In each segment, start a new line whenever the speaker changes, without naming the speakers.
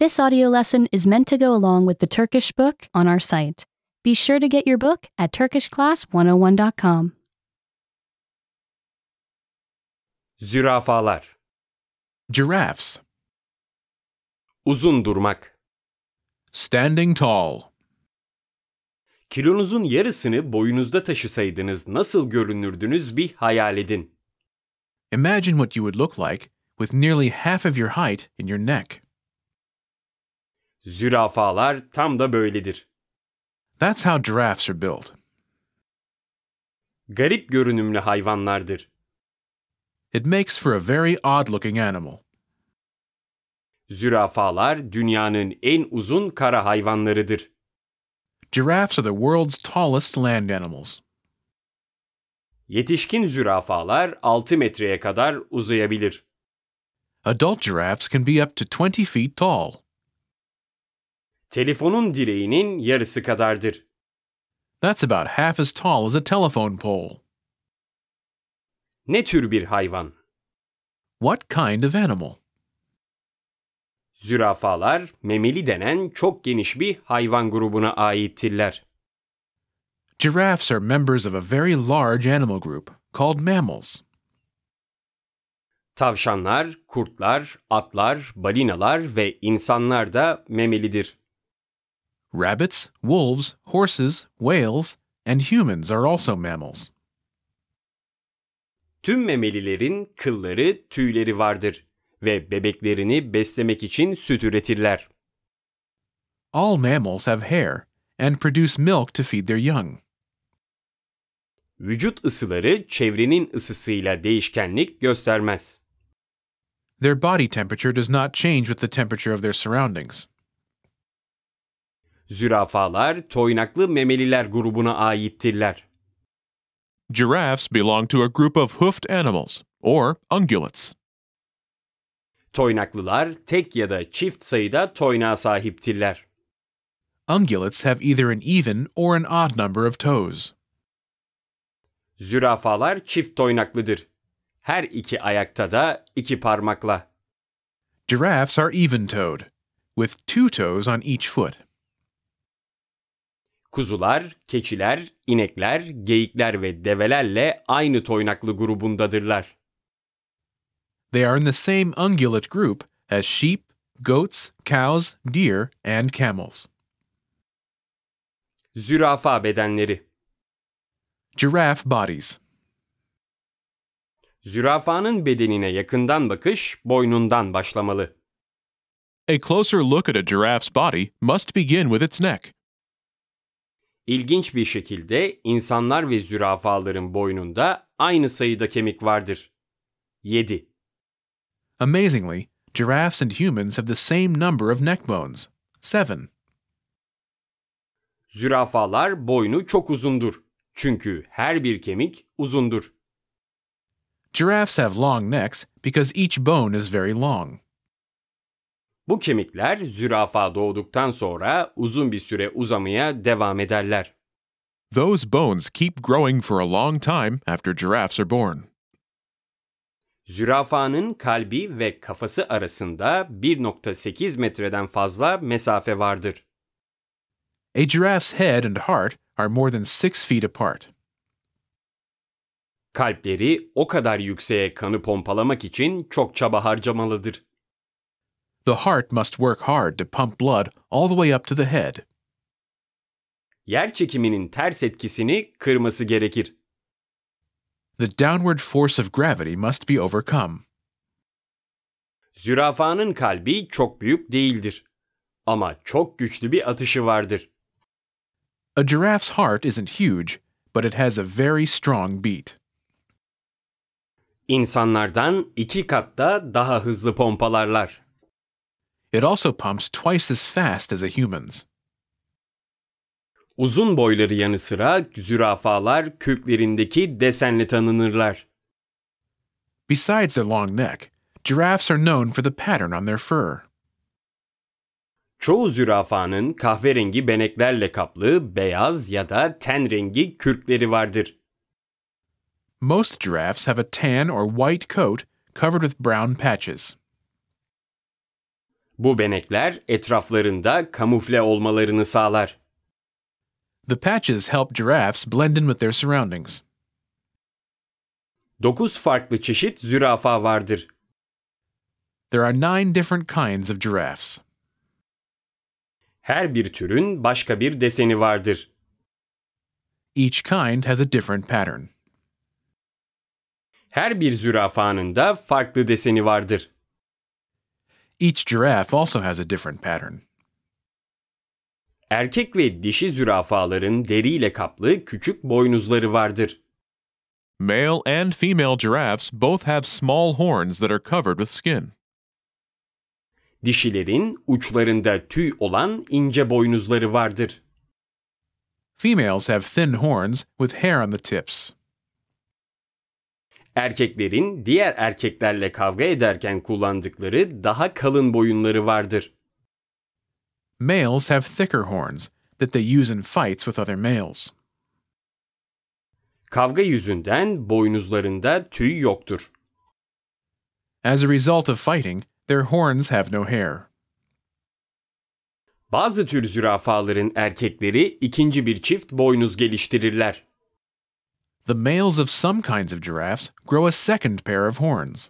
This audio lesson is meant to go along with the Turkish book on our site. Be sure to get your book at turkishclass101.com.
Zürafalar,
Giraffes.
uzun durmak.
Standing tall.
Kilonuzun yarısını boyunuzda taşısaydınız nasıl görünürdünüz bir hayal edin.
Imagine what you would look like with nearly half of your height in your neck.
Zürafalar tam da böyledir.
That's how giraffes are built.
Garip görünümlü hayvanlardır.
It makes for a very odd looking animal.
Zürafalar dünyanın en uzun kara hayvanlarıdır.
Giraffes are the world's tallest land animals.
Yetişkin zürafalar 6 metreye kadar uzayabilir.
Adult giraffes can be up to 20 feet tall.
Telefonun direğinin yarısı kadardır.
That's about half as tall as a telephone pole.
Ne tür bir hayvan?
What kind of animal?
Zürafalar memeli denen çok geniş bir hayvan grubuna aittirler.
Giraffes are members of a very large animal group called mammals.
Tavşanlar, kurtlar, atlar, balinalar ve insanlar da memelidir.
Rabbits, wolves, horses, whales, and humans are also mammals.
Tüm memelilerin kılları, tüyleri vardır ve bebeklerini beslemek için süt üretirler.
All mammals have hair and produce milk to feed their young.
Vücut ısıları çevrenin ısısıyla değişkenlik göstermez.
Their body temperature does not change with the temperature of their surroundings.
Zürafalar toynaklı memeliler grubuna aittirler.
Giraffes belong to a group of hoofed animals, or ungulates.
Toynaklılar tek ya da çift sayıda toynağa sahiptirler.
Ungulates have either an even or an odd number of toes.
Zürafalar çift toynaklıdır. Her iki ayakta da iki parmakla.
Giraffes are even toed, with two toes on each foot.
Kuzular, keçiler, inekler, geyikler ve develerle aynı toynaklı grubundadırlar.
They are in the same ungulate group as sheep, goats, cows, deer, and camels.
Zürafa bedenleri.
Giraffe bodies.
Zürafanın bedenine yakından bakış boynundan başlamalı.
A closer look at a giraffe's body must begin with its neck.
İlginç bir şekilde insanlar ve zürafaların boynunda aynı sayıda kemik vardır. 7.
Amazingly, giraffes and humans have the same number of neck bones seven.
Zürafalar boynu çok uzundur. Çünkü her bir kemik uzundur.
Giraffes have long necks because each bone is very long.
Bu kemikler zürafa doğduktan sonra uzun bir süre uzamaya devam ederler.
Those bones keep growing for a long time after giraffes are born.
Zürafanın kalbi ve kafası arasında 1.8 metreden fazla mesafe vardır.
A giraffe's head and heart are more than six feet apart.
Kalpleri o kadar yükseğe kanı pompalamak için çok çaba harcamalıdır.
The heart must work hard to pump blood all the way up to the head.
Yer çekiminin ters etkisini kırması gerekir.
The downward force of gravity must be overcome.
Zürafanın kalbi çok büyük değildir. Ama çok güçlü bir atışı vardır.
A giraffe's heart isn't huge, but it has a very strong beat.
İnsanlardan iki katta daha hızlı pompalarlar.
It also pumps twice as fast as a human's.
Uzun boyları yanı sıra zürafalar köklerindeki desenle tanınırlar.
Besides their long neck, giraffes are known for the pattern on their fur.
Çoğu zürafanın kahverengi beneklerle kaplı beyaz ya da ten rengi kürkleri vardır.
Most giraffes have a tan or white coat covered with brown patches.
Bu benekler etraflarında kamufle olmalarını sağlar.
The patches help giraffes blend in with their surroundings.
9 farklı çeşit zürafa vardır.
There are nine different kinds of giraffes.
Her bir türün başka bir deseni vardır.
Each kind has a different pattern.
Her bir zürafanın da farklı deseni vardır.
Each giraffe also has a different pattern.
Erkek ve dişi zürafaların deriyle kaplı küçük boynuzları vardır.
Male and female giraffes both have small horns that are covered with skin.
Dişilerin uçlarında tüy olan ince boynuzları vardır.
Females have thin horns with hair on the tips.
Erkeklerin diğer erkeklerle kavga ederken kullandıkları daha kalın boyunları vardır.
Males have thicker horns that they use in fights with other males.
Kavga yüzünden boynuzlarında tüy yoktur.
As a result of fighting, their horns have no hair.
Bazı tür zürafaların erkekleri ikinci bir çift boynuz geliştirirler.
The males of some kinds of giraffes grow a second pair of horns.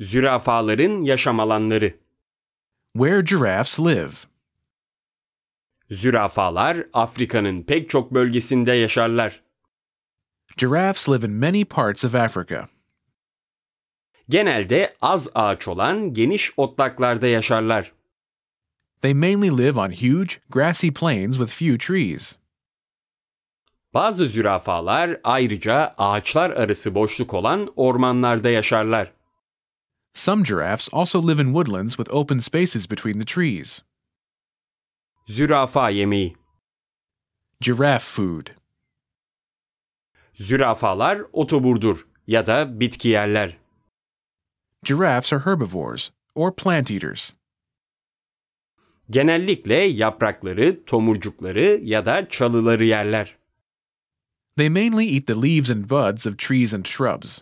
Zürafaların yaşam alanları
Where giraffes live,
Zürafalar Afrika'nın pek çok bölgesinde yaşarlar.
giraffes live in many parts of Africa.
Genelde az ağaç olan geniş otlaklarda yaşarlar.
They mainly live on huge, grassy plains with few trees.
Bazı zürafalar ayrıca ağaçlar arası boşluk olan ormanlarda yaşarlar.
Some giraffes also live in woodlands with open spaces between the trees.
Zürafa yemeği
Giraffe food.
Zürafalar otoburdur ya da bitki yerler.
Giraffes are herbivores or plant eaters.
Genellikle yaprakları, tomurcukları ya da çalıları yerler.
They mainly eat the leaves and buds of trees and shrubs.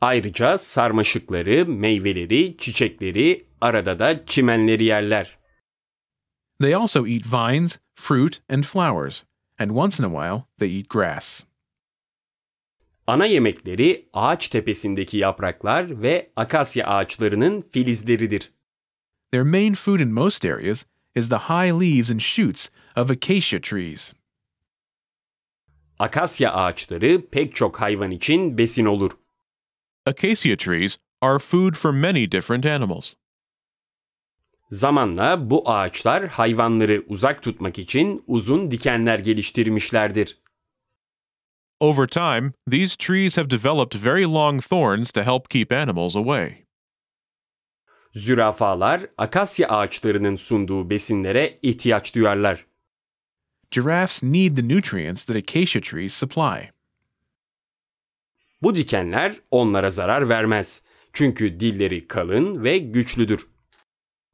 Ayrıca sarmaşıkları, meyveleri, çiçekleri, arada da çimenleri yerler.
They also eat vines, fruit, and flowers, and once in a while they eat grass.
Ana yemekleri ağaç tepesindeki yapraklar ve akasya ağaçlarının filizleridir.
Their main food in most areas is the high leaves and shoots of acacia trees.
Akasya ağaçları pek çok hayvan için besin olur.
Acacia trees are food for many different animals.
Zamanla bu ağaçlar hayvanları uzak tutmak için uzun dikenler geliştirmişlerdir.
Over time, these trees have developed very long thorns to help keep animals away.
Zürafalar akasya ağaçlarının sunduğu besinlere ihtiyaç duyarlar.
Giraffes need the nutrients that acacia trees supply.
Bu dikenler onlara zarar vermez. Çünkü dilleri kalın ve güçlüdür.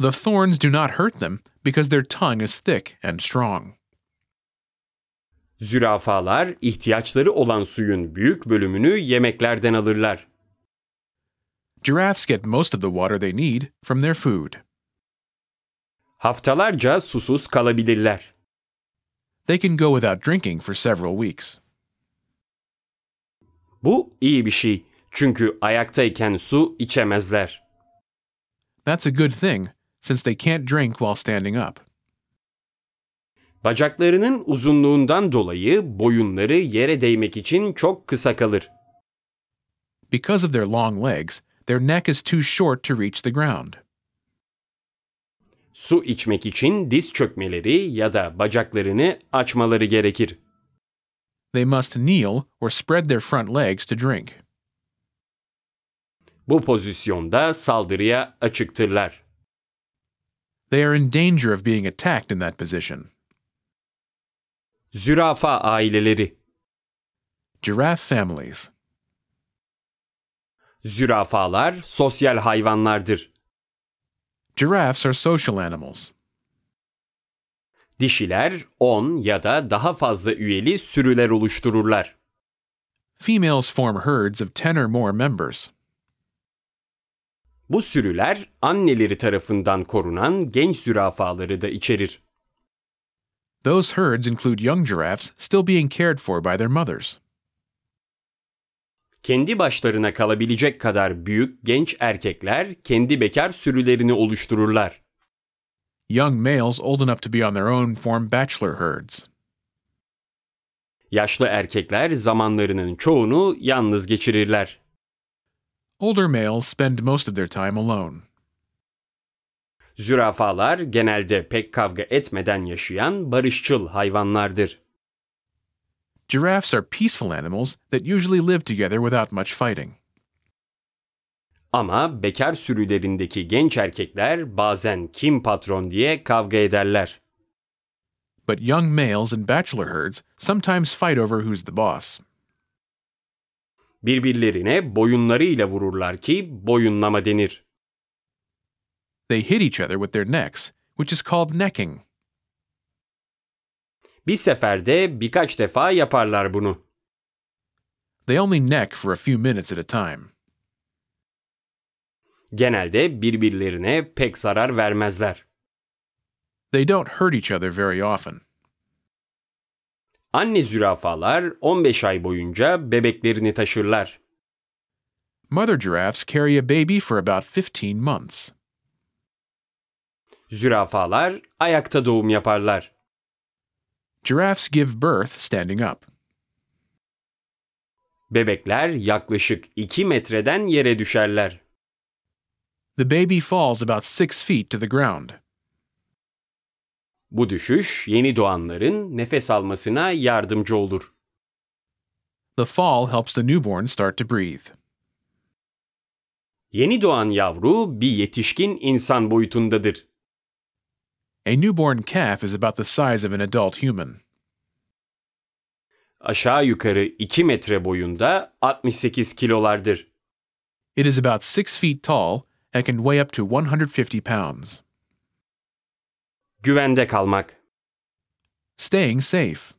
The thorns do not hurt them because their tongue is thick and strong.
Zürafalar ihtiyaçları olan suyun büyük bölümünü yemeklerden alırlar.
Giraffes get most of the water they need from their food.
Haftalarca susuz kalabilirler.
They can go without drinking for several weeks.
Bu iyi bir şey. Çünkü ayaktayken su içemezler.
That's a good thing, since they can't drink while standing up.
Bacaklarının uzunluğundan dolayı boyunları yere değmek için çok kısa kalır.
Because of their long legs, their neck is too short to reach the ground.
Su içmek için diz çökmeleri ya da bacaklarını açmaları gerekir.
They must kneel or spread their front legs to drink.
Bu pozisyonda saldırıya açıktırlar.
They are in danger of being attacked in that position.
Zürafa aileleri
Giraffe families.
Zürafalar sosyal hayvanlardır.
Giraffes are social animals.
Dişiler 10 ya da daha fazla üyeli sürüler oluştururlar.
Females form herds of 10 or more members.
Bu sürüler anneleri tarafından korunan genç zürafaları da içerir.
Those herds include young giraffes still being cared for by their mothers.
Kendi başlarına kalabilecek kadar büyük genç erkekler kendi bekar sürülerini oluştururlar.
Young males old enough to be on their own form bachelor herds.
Yaşlı erkekler zamanlarının çoğunu yalnız geçirirler.
Older males spend most of their time alone.
Zürafalar genelde pek kavga etmeden yaşayan barışçıl hayvanlardır.
Giraffes are peaceful animals that usually live together without much fighting.
Ama bekar sürülerindeki genç erkekler bazen kim patron diye kavga ederler.
But young males in bachelor herds sometimes fight over who's the boss.
Birbirlerine boyunlarıyla vururlar ki boyunlama denir.
They hit each other with their necks, which is called necking.
Bir seferde birkaç defa yaparlar bunu.
They only neck for a few minutes at a time.
Genelde birbirlerine pek zarar vermezler.
They don't hurt each other very often.
Anne zürafalar 15 ay boyunca bebeklerini taşırlar.
Mother giraffes carry a baby for about 15 months.
Zürafalar ayakta doğum yaparlar.
Giraffes give birth standing up.
Bebekler yaklaşık 2 metreden yere düşerler.
The baby falls about six feet to the ground.
Bu düşüş yeni doğanların nefes almasına yardımcı olur.
The fall helps the newborn start to breathe.
Yeni doğan yavru bir yetişkin insan boyutundadır.
A newborn calf is about the size of an adult human.
Aşağı yukarı 2 metre boyunda 68 kilolardır.
It is about six feet tall and can weigh up to 150 pounds.
Güvende kalmak.
Staying safe.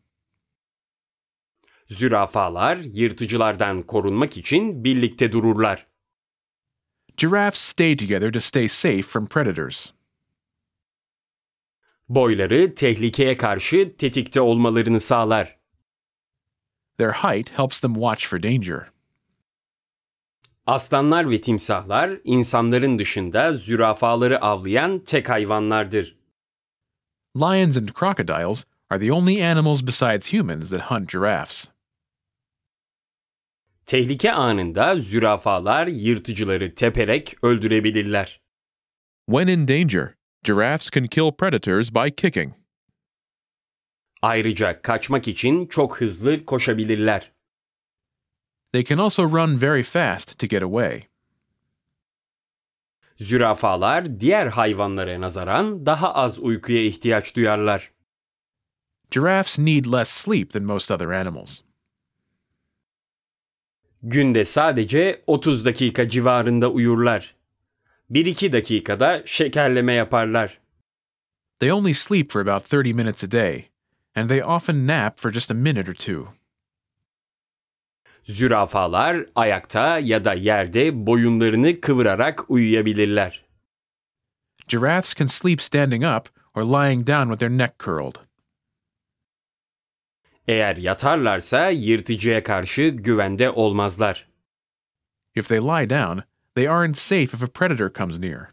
Zürafalar yırtıcılardan korunmak için birlikte dururlar.
Giraffes stay together to stay safe from predators.
Boyları tehlikeye karşı tetikte olmalarını sağlar.
Their height helps them watch for danger.
Aslanlar ve timsahlar insanların dışında zürafaları avlayan tek hayvanlardır.
Lions and crocodiles are the only animals besides humans that hunt giraffes.
Tehlike anında zürafalar yırtıcıları teperek öldürebilirler.
When in danger, giraffes can kill predators by kicking.
Ayrıca kaçmak için çok hızlı koşabilirler.
They can also run very fast to get away.
Zürafalar diğer hayvanlara nazaran daha az uykuya ihtiyaç duyarlar.
Giraffes need less sleep than most other animals.
Günde sadece 30 dakika civarında uyurlar. 1-2 dakikada şekerleme yaparlar.
They only sleep for about 30 minutes a day, and they often nap for just a minute or two.
Zürafalar ayakta ya da yerde boyunlarını kıvırarak uyuyabilirler.
Giraffes can sleep standing up or lying down with their neck curled.
Eğer yatarlarsa yırtıcıya karşı güvende olmazlar.
If they lie down, they aren't safe if a predator comes near.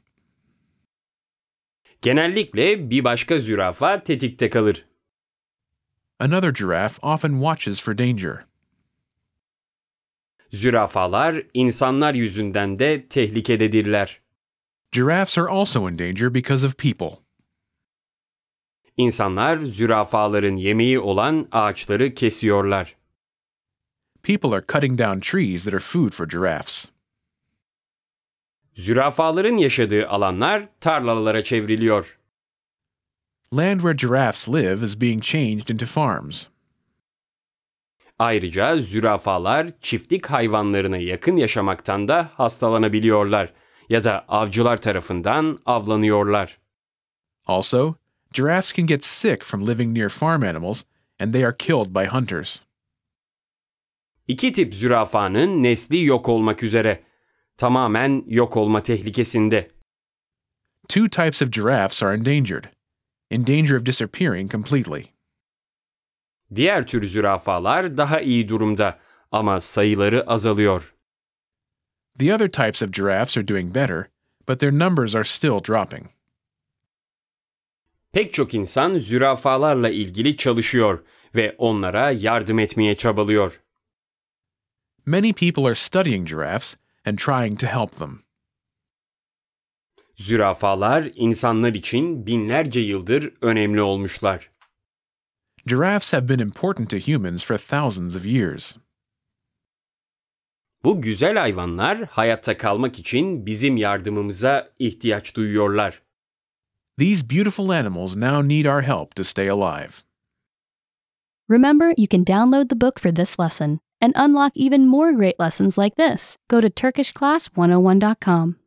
Genellikle bir başka zürafa tetikte kalır.
Another giraffe often watches for danger.
Zürafalar insanlar yüzünden de tehlikededirler.
Giraffes are also in danger because of people.
İnsanlar zürafaların yemeği olan ağaçları kesiyorlar.
People are cutting down trees that are food for giraffes.
Zürafaların yaşadığı alanlar tarlalara çevriliyor.
Land where giraffes live is being changed into farms.
Ayrıca zürafalar çiftlik hayvanlarına yakın yaşamaktan da hastalanabiliyorlar ya da avcılar tarafından avlanıyorlar.
Also, giraffes can get sick from living near farm animals, and they are killed by hunters.
İki tip zürafanın nesli yok olmak üzere. tamamen yok olma tehlikesinde.
Two types of giraffes are endangered, in danger of disappearing completely.
Diğer tür zürafalar daha iyi durumda ama sayıları azalıyor.
The other types of giraffes are doing better, but their numbers are still dropping.
Pek çok insan zürafalarla ilgili çalışıyor ve onlara yardım etmeye çabalıyor.
Many people are studying giraffes and trying to help them.
Zürafalar insanlar için binlerce yıldır önemli olmuşlar.
Giraffes have been important to humans for thousands of years.
Bu güzel hayvanlar hayatta kalmak için bizim yardımımıza ihtiyaç duyuyorlar.
These beautiful animals now need our help to stay alive.
Remember, you can download the book for this oh lesson and unlock even more great lessons like this. Go to TurkishClass101.com.